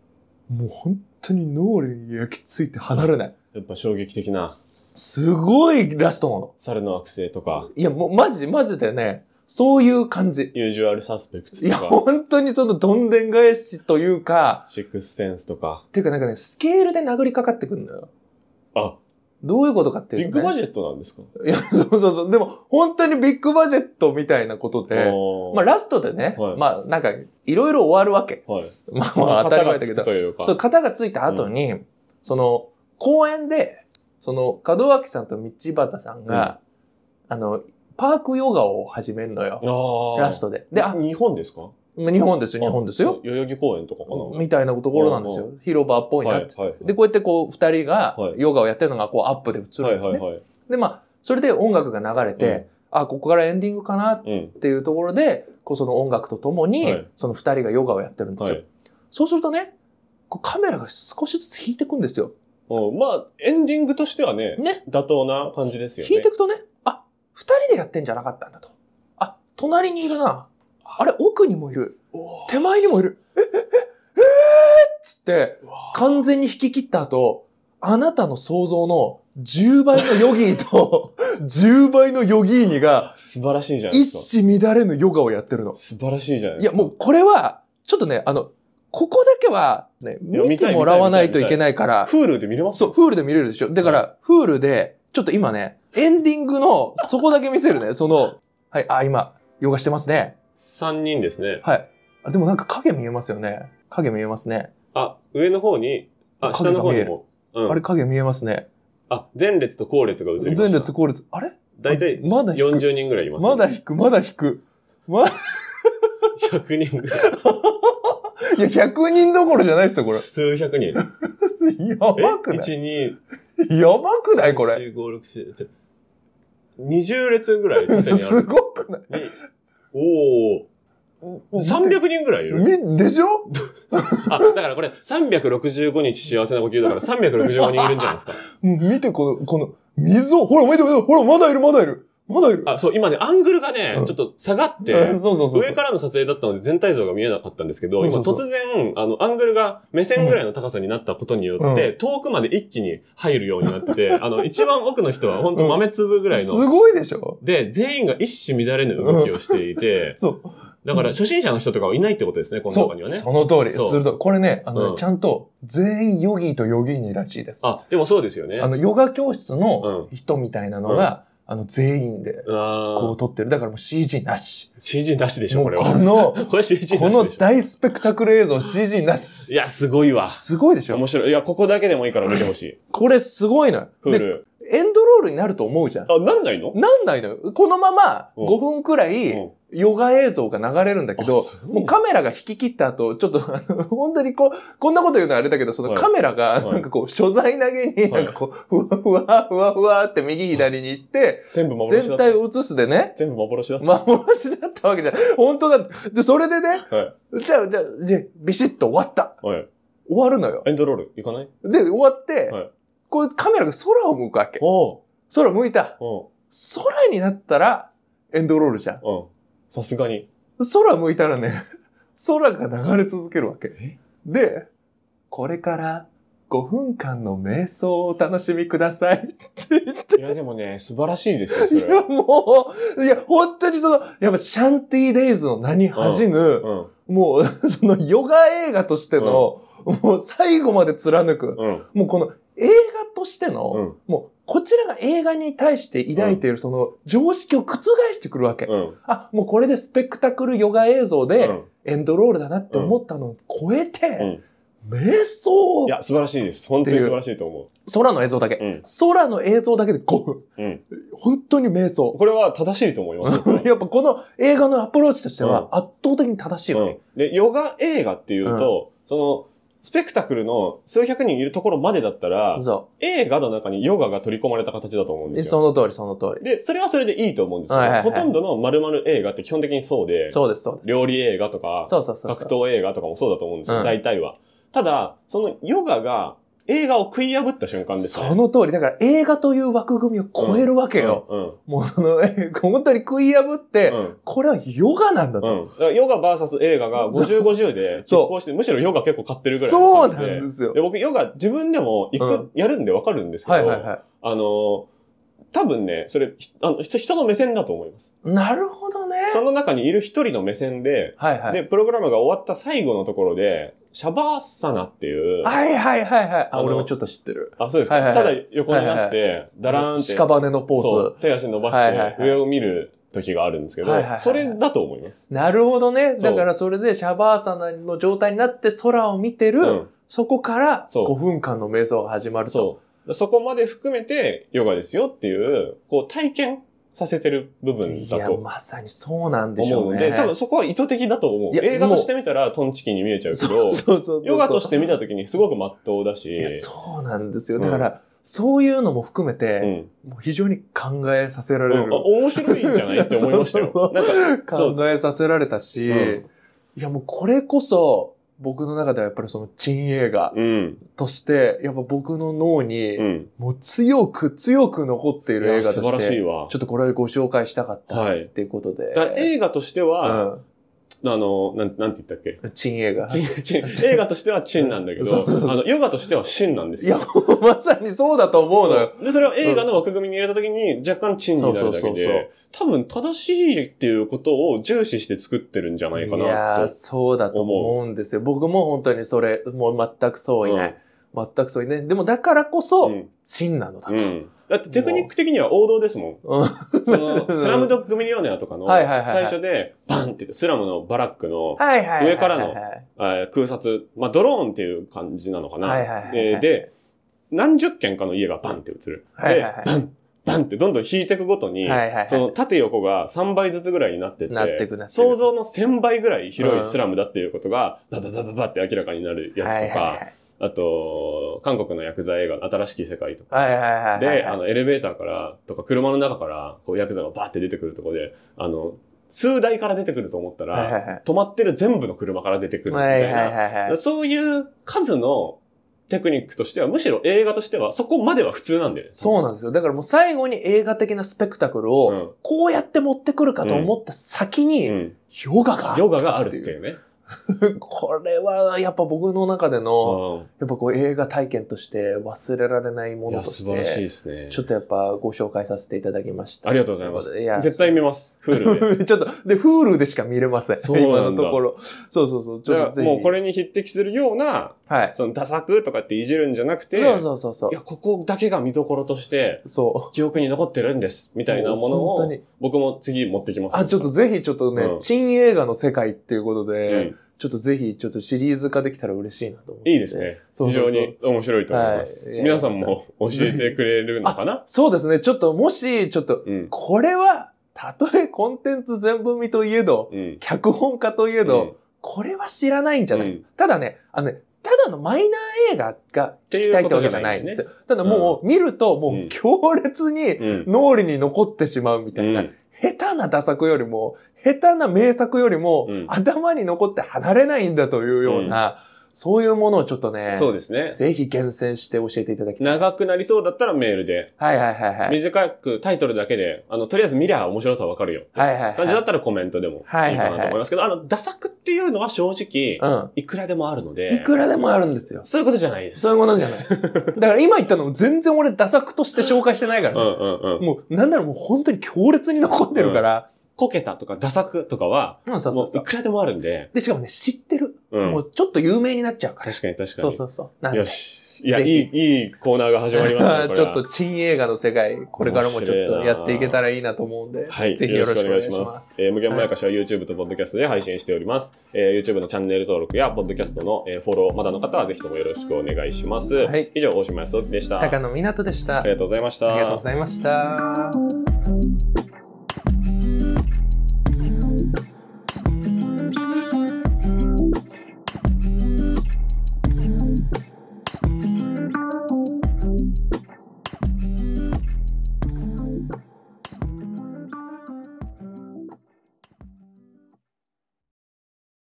Speaker 3: う本当に脳裏に焼き付いて離れない。
Speaker 2: やっぱ衝撃的な
Speaker 3: すごいラストなの。
Speaker 2: 猿の惑星とか、
Speaker 3: いや、もうマジ、マジでね、そういう感じ。
Speaker 2: ユージュアルサスペク
Speaker 3: い
Speaker 2: ツ
Speaker 3: や、
Speaker 2: とか、
Speaker 3: 本当にそのどんでん返しというか、
Speaker 2: シックスセンスとか。
Speaker 3: っていうかなんかね、スケールで殴りかかってくるのよ。
Speaker 2: あ、
Speaker 3: どういうことかってい
Speaker 2: ビッ
Speaker 3: うと、
Speaker 2: グ
Speaker 3: ね。
Speaker 2: バジェットなんですか
Speaker 3: いや、そうそうそう。でも、本当にビッグバジェットみたいなことで、
Speaker 2: おー
Speaker 3: まあラストでね、
Speaker 2: はい
Speaker 3: まあなんか、いろいろ終わるわけ。
Speaker 2: はい。
Speaker 3: まあまあ当たり前
Speaker 2: 肩がつ
Speaker 3: だけ
Speaker 2: く
Speaker 3: ど
Speaker 2: と。いうか。
Speaker 3: そう、型がついた後に、その、公園で、その、門脇さんと道端さんが、あの、パークヨガを始めるのよ。
Speaker 2: ああ。
Speaker 3: ラストで。で、あ、
Speaker 2: 日本ですか
Speaker 3: ま日本ですよ、日本です
Speaker 2: あ
Speaker 3: よ。
Speaker 2: 代々木公園とかかな
Speaker 3: みたいなところなんですよ。広場っぽいな
Speaker 2: は
Speaker 3: っ
Speaker 2: い
Speaker 3: て。
Speaker 2: はい。
Speaker 3: で、こうやってこう、二人が
Speaker 2: はい
Speaker 3: ヨガをやってるのがこう、アップで映るんですね。
Speaker 2: はいはいはい。
Speaker 3: で、まあ、それで音楽が流れて、あ、ここからエンディングかなっ
Speaker 2: うん。
Speaker 3: ていうところで、こう、その音楽とともに、
Speaker 2: はい
Speaker 3: その二人がヨガをやってるんです
Speaker 2: は
Speaker 3: よ。
Speaker 2: い。
Speaker 3: そうするとね、こうカメラが少しずつ引いてくんですよ。
Speaker 2: うんまあ、エンディングとしてはね、
Speaker 3: ね。
Speaker 2: 妥当な感じですよね。
Speaker 3: 引いてくとね、あ、二人でやってんじゃなかったんだと。あ、隣にいるな。あれ、奥にもいる。
Speaker 2: おー
Speaker 3: 手前にもいる。え、え、え、えーっつって、
Speaker 2: うわー
Speaker 3: 完全に引き切った後、あなたの想像の10倍のヨギーと (laughs) 10倍のヨギーニが
Speaker 2: 素晴らしいじゃないですか。
Speaker 3: 一糸乱れぬヨガをやってるの。
Speaker 2: 素晴らしいじゃない
Speaker 3: い
Speaker 2: で
Speaker 3: や、
Speaker 2: すか。
Speaker 3: もうこれは、ちょっとね、あの、ここだけは、ね、
Speaker 2: いや
Speaker 3: 見てもらわないといけないから、
Speaker 2: フールで見れます
Speaker 3: そう、フールで見れるでしょ。だから、フールで、ちょっと今ね、エンディングの、そこだけ見せる
Speaker 2: (laughs)
Speaker 3: ね。その、はい、あ、今、ヨガしてますね。
Speaker 2: 3人ですね。
Speaker 3: はい。あでもなんか影見えますよね。影見えますね。
Speaker 2: あ、上の方に、あ、下
Speaker 3: 影
Speaker 2: の方
Speaker 3: が見
Speaker 2: に
Speaker 3: える
Speaker 2: も。うん、
Speaker 3: あれ影見えますね。
Speaker 2: あ、前列と後列が映りました。
Speaker 3: 前列後列。あれ
Speaker 2: 大体
Speaker 3: まだ低い
Speaker 2: 40人ぐらいいます、
Speaker 3: まだ引く、まだ引く。ま、
Speaker 2: 100人ぐらい。
Speaker 3: (laughs) いや、100人どころじゃないですよ、これ。
Speaker 2: 数百人。
Speaker 3: やばく
Speaker 2: え
Speaker 3: な
Speaker 2: 一二
Speaker 3: いやばくないこれ。
Speaker 2: 四五六七ちょ20列ぐらい下にあ
Speaker 3: す
Speaker 2: る。
Speaker 3: ごくない
Speaker 2: におお。300人ぐらいいる。
Speaker 3: み、でしょ
Speaker 2: あ、だからこれ365日幸せな呼吸だから365人いるんじゃないですか。
Speaker 3: 見て、この、この、溝、ほら、見て、見てほら、まだいる、まだいる。まだいる。
Speaker 2: あ、そう、今ね、アングルがね
Speaker 3: うん、
Speaker 2: ちょっと下がっ
Speaker 3: う
Speaker 2: て
Speaker 3: (laughs) ん、そうそうそう。
Speaker 2: 上からの撮影だったので全体像が見えなかったんですけど、
Speaker 3: そう
Speaker 2: 今
Speaker 3: そうそう
Speaker 2: 突然、あの、アングルが目線ぐらいの高さになったことによって、遠くまで一気に入るようになって
Speaker 3: (laughs)
Speaker 2: て、あの、一番奥の人は本当豆粒ぐらい
Speaker 3: す
Speaker 2: の。
Speaker 3: ごいでしょ
Speaker 2: で、全員が一糸乱れぬ動きをしていて、
Speaker 3: そう。
Speaker 2: だから初心者の人とかはいないってことですね、この
Speaker 3: そ
Speaker 2: 中には
Speaker 3: う、
Speaker 2: ね。
Speaker 3: その通り。
Speaker 2: そう
Speaker 3: 鋭い。これね、あのね、
Speaker 2: うん
Speaker 3: ちゃんと、全員ヨギーとヨギーニらしいです。あ
Speaker 2: あ、でもそうですよね。
Speaker 3: の、ヨガ教室の
Speaker 2: う
Speaker 3: 人みたいなのが、あの、全員で、こ
Speaker 2: あ
Speaker 3: う撮ってる。だからもう CG なし。
Speaker 2: ー CG なしでしょ、
Speaker 3: も
Speaker 2: こ
Speaker 3: う
Speaker 2: れ
Speaker 3: こ
Speaker 2: は。
Speaker 3: の、
Speaker 2: これ (laughs) CG
Speaker 3: こ
Speaker 2: なし
Speaker 3: の
Speaker 2: でしょ。
Speaker 3: 大スペクタクル映像 CG なし。
Speaker 2: いや、すごいわ。
Speaker 3: すごいでし
Speaker 2: 面
Speaker 3: ょ
Speaker 2: 白い。いや、ここだけでもいいから見てほしい。
Speaker 3: これすごいのよ。で、
Speaker 2: Hulu。
Speaker 3: エンドロールになると思うじゃん。
Speaker 2: あ、なんないの
Speaker 3: なんないのよ。このまま
Speaker 2: うん
Speaker 3: 5分くら
Speaker 2: う
Speaker 3: い
Speaker 2: ん
Speaker 3: ヨガ映像が流れるんだけ
Speaker 2: あ
Speaker 3: ど
Speaker 2: す、ごい
Speaker 3: もうカメラが引き切った後、ちょっと (laughs) あの本当にこう、こんなこと言うのはあれだけど、その
Speaker 2: はい
Speaker 3: カメラ
Speaker 2: は
Speaker 3: が
Speaker 2: い
Speaker 3: なんかこう、所在投げに
Speaker 2: は
Speaker 3: ないんかこう、ふわふわふわふわって右左に行って、
Speaker 2: 全部幻だ
Speaker 3: 全
Speaker 2: った。
Speaker 3: 体を映すでね、
Speaker 2: 全部幻だった。
Speaker 3: 幻だったわけじゃん。本当だって。で、それでね、
Speaker 2: は
Speaker 3: じゃあ、じゃあ、じゃあビシッと終わった。
Speaker 2: い。はい。
Speaker 3: 終わるのよ。
Speaker 2: エンドロール、いかない
Speaker 3: で、終わって
Speaker 2: はい、
Speaker 3: こうカメラが空を向くわけ。
Speaker 2: おう
Speaker 3: 空向いた。
Speaker 2: お
Speaker 3: 空になったら、エンドロールじゃん。
Speaker 2: ううん。さすがに。
Speaker 3: 空向いたらね、 (laughs) 空が流れ続けるわ
Speaker 2: え
Speaker 3: け。で、これから5分間の瞑想をお楽しみください
Speaker 2: (laughs)
Speaker 3: って言って。
Speaker 2: いや、でもね、素晴らしいですよ、そ
Speaker 3: いや、
Speaker 2: れ。
Speaker 3: もう、いや、本当にその、やっぱシャンティーデイズの名に恥じぬ、
Speaker 2: うん。
Speaker 3: もう、そのヨガ映画としての、もう最後まで貫く、
Speaker 2: うん。
Speaker 3: もうこの映画としての、
Speaker 2: うん。
Speaker 3: もうこちらが映画に対して抱いているその常識を覆してくるわけ。
Speaker 2: うん。
Speaker 3: あ、もうこれでスペクタクルヨガ映像で、
Speaker 2: うん
Speaker 3: エンドロールだなって思ったのを超えて、瞑想
Speaker 2: いや、素晴らしいです。本当に素晴らしいと思
Speaker 3: 空の映像だけ、
Speaker 2: う。うん。
Speaker 3: 空の映像だけで5分。
Speaker 2: うん。
Speaker 3: 本当に瞑想。 (laughs)
Speaker 2: これは正しいと思います。僕は
Speaker 3: やっぱこの映画のアプローチとして
Speaker 2: うん
Speaker 3: は圧倒的に正しいわけ。
Speaker 2: うん、で、ヨガ映画っていうと、その、スペクタクルの数百人いるところまでだったら、
Speaker 3: そ
Speaker 2: 映画の中にヨガが取り込まれた形だと思うん
Speaker 3: う。
Speaker 2: です
Speaker 3: そ
Speaker 2: よ。
Speaker 3: の通り、その通り。
Speaker 2: で、それはそれでいいと思うんですけど、
Speaker 3: はいはいはい
Speaker 2: ほとんどの丸々映画って基本的にそうで、
Speaker 3: そうです、そうです。
Speaker 2: 料理映画とか、
Speaker 3: そうそうそうそ
Speaker 2: 格
Speaker 3: う。
Speaker 2: 闘映画とかもそうだと思うんですよ、
Speaker 3: うん
Speaker 2: 大体は。ただ、そのヨガが映画を食い破った瞬間です、
Speaker 3: その通り。だから映画という枠組みを超えるわけよ。
Speaker 2: うん。
Speaker 3: もうその、え (laughs) 本当に食い破って、
Speaker 2: うん。
Speaker 3: これはヨガなんだ
Speaker 2: う
Speaker 3: と。
Speaker 2: ん。だからヨガ VS 映画が50、50で拮抗して、むしろヨガ結構買ってるぐらい
Speaker 3: そ
Speaker 2: 感
Speaker 3: う
Speaker 2: じ
Speaker 3: なんですよ
Speaker 2: で。僕、ヨガ自分でも行く、
Speaker 3: うん
Speaker 2: やるんでわかるんですけど、
Speaker 3: はいはいは
Speaker 2: あのー、多分ね、それ、ひあの人人の目線だと思います。
Speaker 3: い。なるほどね。
Speaker 2: その中にいる一人の目線で、
Speaker 3: はいはい。
Speaker 2: で、プログラムが終わった最後のところで、シャバーサナっていう、あ、
Speaker 3: はいはいはいは
Speaker 2: あ
Speaker 3: い。あ、
Speaker 2: の
Speaker 3: 俺もちょっと知ってる。
Speaker 2: そうですか、
Speaker 3: はいはいはい
Speaker 2: ただ横になって、だらーんって、
Speaker 3: 屍のポ
Speaker 2: そ
Speaker 3: ー
Speaker 2: う手足伸ばして、
Speaker 3: はいはいはい
Speaker 2: 上を見る時があるんですけど、
Speaker 3: はいはいはい
Speaker 2: それだと思います。
Speaker 3: ズ。なるほどね。
Speaker 2: そう
Speaker 3: だからそれでシャバーサナの状態になって空を見てる、
Speaker 2: うん、
Speaker 3: そこから
Speaker 2: そう
Speaker 3: 5分間の瞑想が始まると。
Speaker 2: そう。そこまで含めてヨガですよっていう、こう体験させてる部分
Speaker 3: い
Speaker 2: だ
Speaker 3: や、
Speaker 2: と
Speaker 3: まさにそうなんでし
Speaker 2: 思
Speaker 3: ょ
Speaker 2: う
Speaker 3: う
Speaker 2: の
Speaker 3: ね。
Speaker 2: で、多分そこは意図的だと思う
Speaker 3: い。や
Speaker 2: 映画として見たらトンチキンに見えちゃうけど、
Speaker 3: (laughs) そうそうそうそう
Speaker 2: ヨガとして見たときにすごく真っ当だ
Speaker 3: い
Speaker 2: し
Speaker 3: や、、そうなんですよ。
Speaker 2: うん
Speaker 3: だから、そういうのも含め
Speaker 2: う
Speaker 3: て、
Speaker 2: ん。
Speaker 3: もう非常に考えさせら
Speaker 2: う
Speaker 3: れ
Speaker 2: ん
Speaker 3: る
Speaker 2: あ。面白いんじゃないって思いましたよ。
Speaker 3: (laughs) そう
Speaker 2: なんか、そう。
Speaker 3: 考えさせられたし、
Speaker 2: うん
Speaker 3: いやもうこれこそ、僕の中ではやっぱりその珍映画
Speaker 2: うん。
Speaker 3: として、やっぱ僕の脳に、
Speaker 2: うん。
Speaker 3: もう強く強く残ってい
Speaker 2: い
Speaker 3: る映
Speaker 2: や
Speaker 3: 画
Speaker 2: 素
Speaker 3: と
Speaker 2: 晴
Speaker 3: し
Speaker 2: らしてい、わ
Speaker 3: ちょ。っとこれをご紹介したかった
Speaker 2: はい
Speaker 3: っていうこと
Speaker 2: だ
Speaker 3: で。
Speaker 2: から映画としては、
Speaker 3: う
Speaker 2: あの、なん、なんて言ったっけ
Speaker 3: ん。チン映画。
Speaker 2: チン、チン、映画としてはチンなんだけ
Speaker 3: そ
Speaker 2: ど
Speaker 3: うそう、
Speaker 2: あの、ヨガとしてはシンなんです
Speaker 3: い
Speaker 2: よ
Speaker 3: や、。もうまさにそうだと思うのよ。
Speaker 2: で、それを映画の枠組みに入れたときに若干チンになるだ
Speaker 3: そ
Speaker 2: け
Speaker 3: うそうそう
Speaker 2: で、多分正しいっていうことを重視して作ってるんじゃないか
Speaker 3: いや
Speaker 2: な
Speaker 3: ー、
Speaker 2: と。
Speaker 3: そうだと思うんですよ。僕も本当にそれ、もう全くそういない。全くそういない。でもだからこ
Speaker 2: う
Speaker 3: そ、
Speaker 2: ん
Speaker 3: チンなのだと。
Speaker 2: うんだってテクニック的には王道ですもん。
Speaker 3: うん
Speaker 2: その、
Speaker 3: (laughs)
Speaker 2: スラムドッグミリオネアとかの、
Speaker 3: はいはいはいは
Speaker 2: 最
Speaker 3: い
Speaker 2: 初で、バンって言って、スラムのバラックの、
Speaker 3: はいはいはいはいはい。
Speaker 2: 上からのえー空撮、まあ、ドローンっていう感じなのかな。
Speaker 3: はいはいはいはい
Speaker 2: えーで、何十軒かの家がバンって映る。
Speaker 3: はいはいはい
Speaker 2: で、バンってどんどん引いていくごとに、
Speaker 4: はいはいはい
Speaker 2: その縦横が3倍ずつぐらいになってって、
Speaker 4: なってくなってく
Speaker 2: 想像の1000倍ぐらい広いスラムだっていうことが、バババババって明らかになるやつとか、
Speaker 4: はいはい
Speaker 2: あと、韓国の薬剤映画、新しき世界とか、
Speaker 4: はいはいはいはいはいはい。
Speaker 2: で、あの、エレベーターから、とか、車の中から、こう、ヤクザがバーって出てくるとこで、あの、数台から出てくると思ったら、
Speaker 4: はいはいはい
Speaker 2: 止まってる全部の車から出てくるみたいな、
Speaker 4: はいはいはいはい。
Speaker 2: そういう数のテクニックとしては、むしろ映画としては、そこまでは普通なんだよね。
Speaker 4: そうなんですよ。だからもう最後に映画的なスペクタクル
Speaker 2: う
Speaker 4: を、
Speaker 2: ん。
Speaker 4: こうやって持ってくるかと思った先に、
Speaker 2: うん。
Speaker 4: ヨガがある
Speaker 2: ヨガがあるっていうね。
Speaker 3: (laughs)
Speaker 4: これはやっぱ僕の中での、
Speaker 2: う
Speaker 4: やっぱこう映画体験として忘れられないも
Speaker 2: ん。い
Speaker 4: の
Speaker 2: や、
Speaker 4: とし
Speaker 2: 素晴らしいで
Speaker 4: て、
Speaker 2: すね。
Speaker 4: ちょっとやっぱご紹介させていただきました。
Speaker 2: ありがとうございます。
Speaker 4: いや
Speaker 2: 絶対見ます。フールで。
Speaker 3: (laughs) ちょっと、で、Hulu でしか見れません。
Speaker 2: そうなんだ
Speaker 3: 今のところ。そうそうそう。ち
Speaker 2: じ
Speaker 3: ょ
Speaker 2: ゃ
Speaker 3: っと
Speaker 2: あ
Speaker 3: ぜひ。
Speaker 2: もうこれに匹敵するような、
Speaker 4: はい。
Speaker 2: その、ダサくとかっていじるんじゃなくて、
Speaker 4: そうそうそうそう
Speaker 2: いや、。ここだけが見どころとして、
Speaker 3: そう。
Speaker 2: 記憶に残ってるんです、みたいなもの
Speaker 3: う本当
Speaker 2: を、
Speaker 3: に。
Speaker 2: 僕も次持ってきます。
Speaker 3: あ、ちょっと、ぜひちょっとね、
Speaker 2: うん
Speaker 3: 珍映画の世界っていうこと
Speaker 2: う
Speaker 3: で、
Speaker 2: ん、
Speaker 3: ちょっとぜひちょっとシリーズ化できたら嬉しいなと思って。
Speaker 2: いいです。ね。
Speaker 3: そうそうそう
Speaker 2: 非常に面白いと思います。
Speaker 3: はいいや
Speaker 2: 皆さんも教えてくれるのかな
Speaker 3: そうですね。ちょっともし、ちょっと、
Speaker 2: うん。
Speaker 3: これは、たとえコンテンツ全部見といえど、
Speaker 2: うん。
Speaker 3: 脚本家といえ
Speaker 2: け
Speaker 3: ど、、これは知らないんじゃない、
Speaker 2: うん
Speaker 3: ただね、あのね、ただのマイナー映画が聞きたいってわけじゃないんですよ。ただもう見るともううん強烈に
Speaker 2: うん。
Speaker 3: 脳裏に残ってしまうみたいな、
Speaker 2: うん
Speaker 3: 下手な打作よりも、下手な名作よりも、
Speaker 2: うん
Speaker 3: 頭に残って離れないんだというような、そういうものをちょっとね、
Speaker 2: そうですね。
Speaker 3: ぜひ厳選して教えていただきたい。
Speaker 2: 長くなりそうだったらメールで、
Speaker 4: はいはいはいはい。
Speaker 2: 短くタイトルだけで、あの、とりあえず見りゃ面白さわかるよ。
Speaker 4: はいはいはい。
Speaker 2: 感じだったらコメントでもいいか
Speaker 4: はいはいはい
Speaker 2: なと思いますけど、あの、ダサくっていうのは正直、
Speaker 4: うん。
Speaker 2: いくらでもあるので、
Speaker 3: いくらでもあるんですよ。
Speaker 2: そういうことじゃないです。
Speaker 3: そういうものじ
Speaker 2: (laughs)
Speaker 3: ゃない。だから今言ったのも全然俺打作として紹介してないか
Speaker 2: う
Speaker 3: ら
Speaker 2: ん
Speaker 3: ね、
Speaker 2: うんうん。
Speaker 3: もうなんならもう本当に強烈に残ってるから、
Speaker 2: こけたとか、ダサくとかは、
Speaker 4: うん、そうそ
Speaker 2: も
Speaker 4: う
Speaker 2: う
Speaker 4: そ。
Speaker 2: いうくらでもあるんで、
Speaker 3: で、しかもね、知ってる。
Speaker 2: うん
Speaker 3: もうちょっと有名になっちゃうから。
Speaker 2: 確かに確か
Speaker 4: そう
Speaker 2: に。
Speaker 4: そうそう。なん
Speaker 2: よ
Speaker 4: で。
Speaker 2: し。いや、
Speaker 4: ぜひ
Speaker 2: いい、いいコーナーが始ま
Speaker 3: (laughs)
Speaker 2: りましたね。これ
Speaker 3: ち
Speaker 2: は
Speaker 3: ょっと、珍映画の世界、これからもちょっとやっていけたらいいなと思うんで、
Speaker 2: はい。
Speaker 3: ぜひよろしくお願いし
Speaker 2: よろ
Speaker 3: ま
Speaker 2: く
Speaker 3: す。。
Speaker 2: えー無限まやかしは YouTube と Podcast で配信しております。えー YouTube のチャンネル登録や Podcast のえーフォロー、まだの方はぜひともよろしくお願いします。
Speaker 3: はい
Speaker 2: 以上、大島康之でした。あ
Speaker 3: 高野湊斗でした。あ
Speaker 2: りがとうございました。
Speaker 3: りがとうございました。